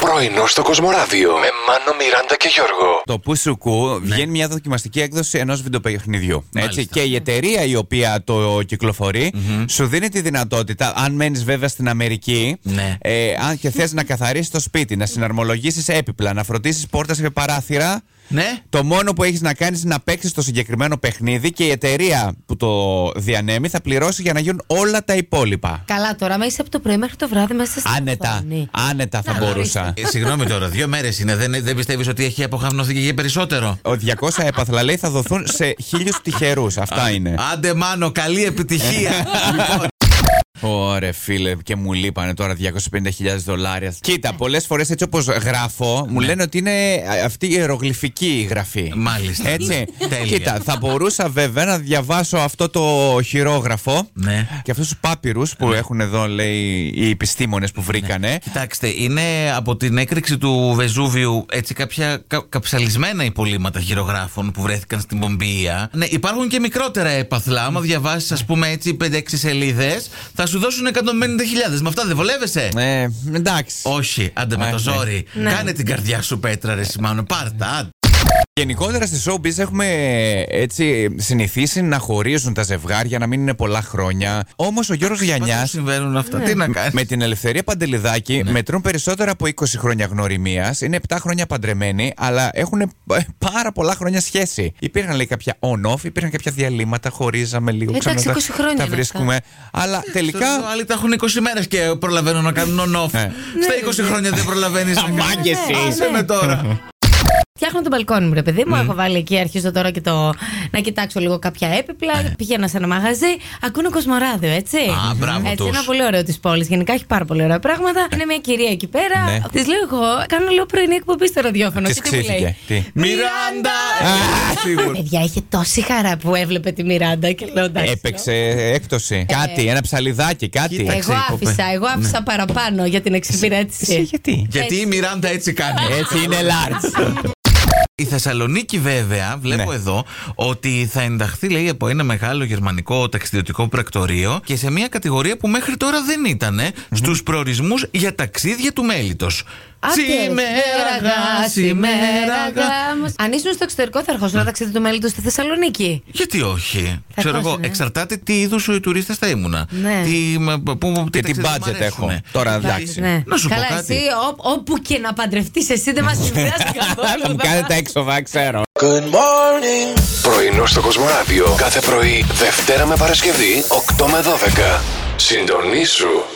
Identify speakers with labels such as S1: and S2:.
S1: Πρωινό στο Κοσμοράδιο με Μάνο, Μιράντα και Γιώργο.
S2: Το που σου κου βγαίνει μια δοκιμαστική έκδοση ενός βιντεοπαιχνιδιού. Έτσι.
S3: Ναι. Μάλιστα.
S2: Και η εταιρεία η οποία το κυκλοφορεί σου δίνει τη δυνατότητα, αν μένεις βέβαια στην Αμερική,
S3: Ναι.
S2: ε, αν και θες να καθαρίσεις το σπίτι, να συναρμολογήσεις έπιπλα, να φροντίσεις πόρτες και παράθυρα.
S3: Ναι.
S2: Το μόνο που έχεις να κάνεις είναι να παίξεις το συγκεκριμένο παιχνίδι και η εταιρεία που το διανέμει θα πληρώσει για να γίνουν όλα τα υπόλοιπα.
S4: Καλά τώρα, άμα είσαι από το πρωί μέχρι το βράδυ μέσα στην
S2: Άνετα.
S4: οθόνη.
S2: Άνετα θα
S4: Να,
S2: μπορούσα.
S3: Ε, συγγνώμη τώρα, δύο μέρες είναι. Δεν, δεν πιστεύεις ότι έχει αποχαυνοθεί και για περισσότερο.
S2: Ο 200 έπαθλα λέει θα δοθούν σε χίλιους τυχερούς. Αυτά είναι.
S3: Άντε, μάνο, καλή επιτυχία. Λοιπόν,
S2: Ωρε φίλε, και μου λείπανε τώρα 250.000 δολάρια. Κοίτα, πολλές φορές έτσι όπως γράφω,
S3: Ναι.
S2: μου λένε ότι είναι α, αυτή η ιερογλυφική η γραφή.
S3: Μάλιστα.
S2: Έτσι.
S3: Ναι. Τέλεια.
S2: Κοίτα, θα μπορούσα βέβαια να διαβάσω αυτό το χειρόγραφο
S3: Ναι.
S2: και αυτούς τους πάπυρους που έχουν εδώ, λέει, οι επιστήμονες που βρήκανε.
S3: Κοιτάξτε, είναι από την έκρηξη του Βεζούβιου έτσι κάποια κα, καψαλισμένα υπολείμματα χειρογράφων που βρέθηκαν στην Πομπία. Ναι, υπάρχουν και μικρότερα έπαθλα. Άμα διαβάσεις, ας πούμε, έτσι 5-6 σελίδες, θα σου δώσουν 150.000. Με αυτά δεν βολεύεσαι.
S2: Ε, εντάξει.
S3: Όχι, άντε με
S2: Ε,
S3: το
S2: ναι.
S3: ζόρι. Κάνε την καρδιά σου πέτρα, ρε Σιμάνο. Πάρτα, άντε.
S2: Γενικότερα στη showbiz έχουμε ε, έτσι συνηθίσει να χωρίζουν τα ζευγάρια, να μην είναι πολλά χρόνια. Όμως ο Γιώργος
S3: Πώς
S2: Γιανιάς
S3: συμβαίνουν αυτά. Τι να κάνεις.
S2: Ναι. Με την Ελευθερία Παντελιδάκη
S4: Ναι.
S2: μετρούν περισσότερα από 20 χρόνια γνωριμίας. Είναι 7 χρόνια παντρεμένοι, αλλά έχουν ε, πάρα πολλά χρόνια σχέση. Υπήρχαν λέει κάποια on-off, υπήρχαν κάποια διαλύματα, χωρίζαμε λίγο
S4: Εντάξει,
S2: ξανά. τα-
S4: 20 χρόνια είναι
S2: τα
S4: αυτά.
S2: βρίσκουμε. Αλλά τελικά.
S3: Άλλοι τα έχουν 20 μέρες και προλαβαίνουν να κάνουν on-off.
S2: Ναι.
S3: Στα 20 χρόνια δεν προλαβαίνεις να
S2: Αμάγκες
S4: εσύ.
S3: Άσε με
S2: Ναι.
S3: τώρα.
S4: Φτιάχνω τον μπαλκόνι μου, ρε παιδί μου. Έχω βάλει εκεί, αρχίζω τώρα και το. να κοιτάξω λίγο κάποια έπιπλα. Πηγαίνω σε ένα μαγαζί. Ακούνε κοσμοράδιο, έτσι.
S3: Α, μπράβο
S4: Έτσι,
S3: τους.
S4: είναι ένα πολύ ωραίο της πόλης. Γενικά έχει πάρα πολύ ωραία πράγματα. Είναι μια κυρία εκεί πέρα.
S2: Ε. Ναι.
S4: Της λέω εγώ, κάνω λίγο πρωινή εκπομπή στο ραδιόφωνο.
S2: Της
S4: Και τι μου λέει.
S2: ξύθηκε. Τι.
S3: Μιράντα! Σίγουρα.
S4: Παιδιά, είχε τόση χαρά που έβλεπε τη Μιράντα και λέω εντάξει.
S2: Έπαιξε
S4: Ε.
S2: έκπτωση. Κάτι, ένα ψαλιδάκι, κάτι.
S4: Εγώ άφησα, εγώ άφησα
S2: Ναι.
S4: παραπάνω για την εξυπηρέτηση.
S2: Γιατί.
S3: Γιατί η Μιράντα έτσι κάνει.
S2: Έτσι είναι large.
S3: Η Θεσσαλονίκη, βέβαια, βλέπω
S2: Ναι.
S3: εδώ ότι θα ενταχθεί, λέει, από ένα μεγάλο γερμανικό ταξιδιωτικό πρακτορείο και σε μια κατηγορία που μέχρι τώρα δεν ήταν στους προορισμούς για ταξίδια του μέλητος.
S4: Άντε, ρε, γάμος. Αν ήσουν στο εξωτερικό, θα ερχόσουν να ταξίδι του μέλη του στη Θεσσαλονίκη.
S3: Γιατί όχι.
S4: Θα
S3: Ξέρω εγώ,
S4: κόσουνε.
S3: εξαρτάται τι είδους τουρίστες θα ήμουνα.
S4: Ναι.
S3: Τι, μ, π- πού,
S2: Και
S3: τι
S2: τι
S3: ταξίδια μου
S2: budget έχω.
S3: αρέσουνε.
S2: Τώρα
S4: Εντάξει,
S2: εντάξει.
S4: ναι.
S3: Να σου πω
S4: Καλά,
S3: κάτι.
S4: εσύ ό- όπου και να παντρευτείς, εσύ δεν μας συνδυάζεις καθόλου.
S2: Θα μου κάνετε έξοδα, ξέρω.
S1: Πρωινό στο Κοσμοράδιο κάθε πρωί, Δευτέρα με Παρασκευή, 8 με 12. Συντονίσου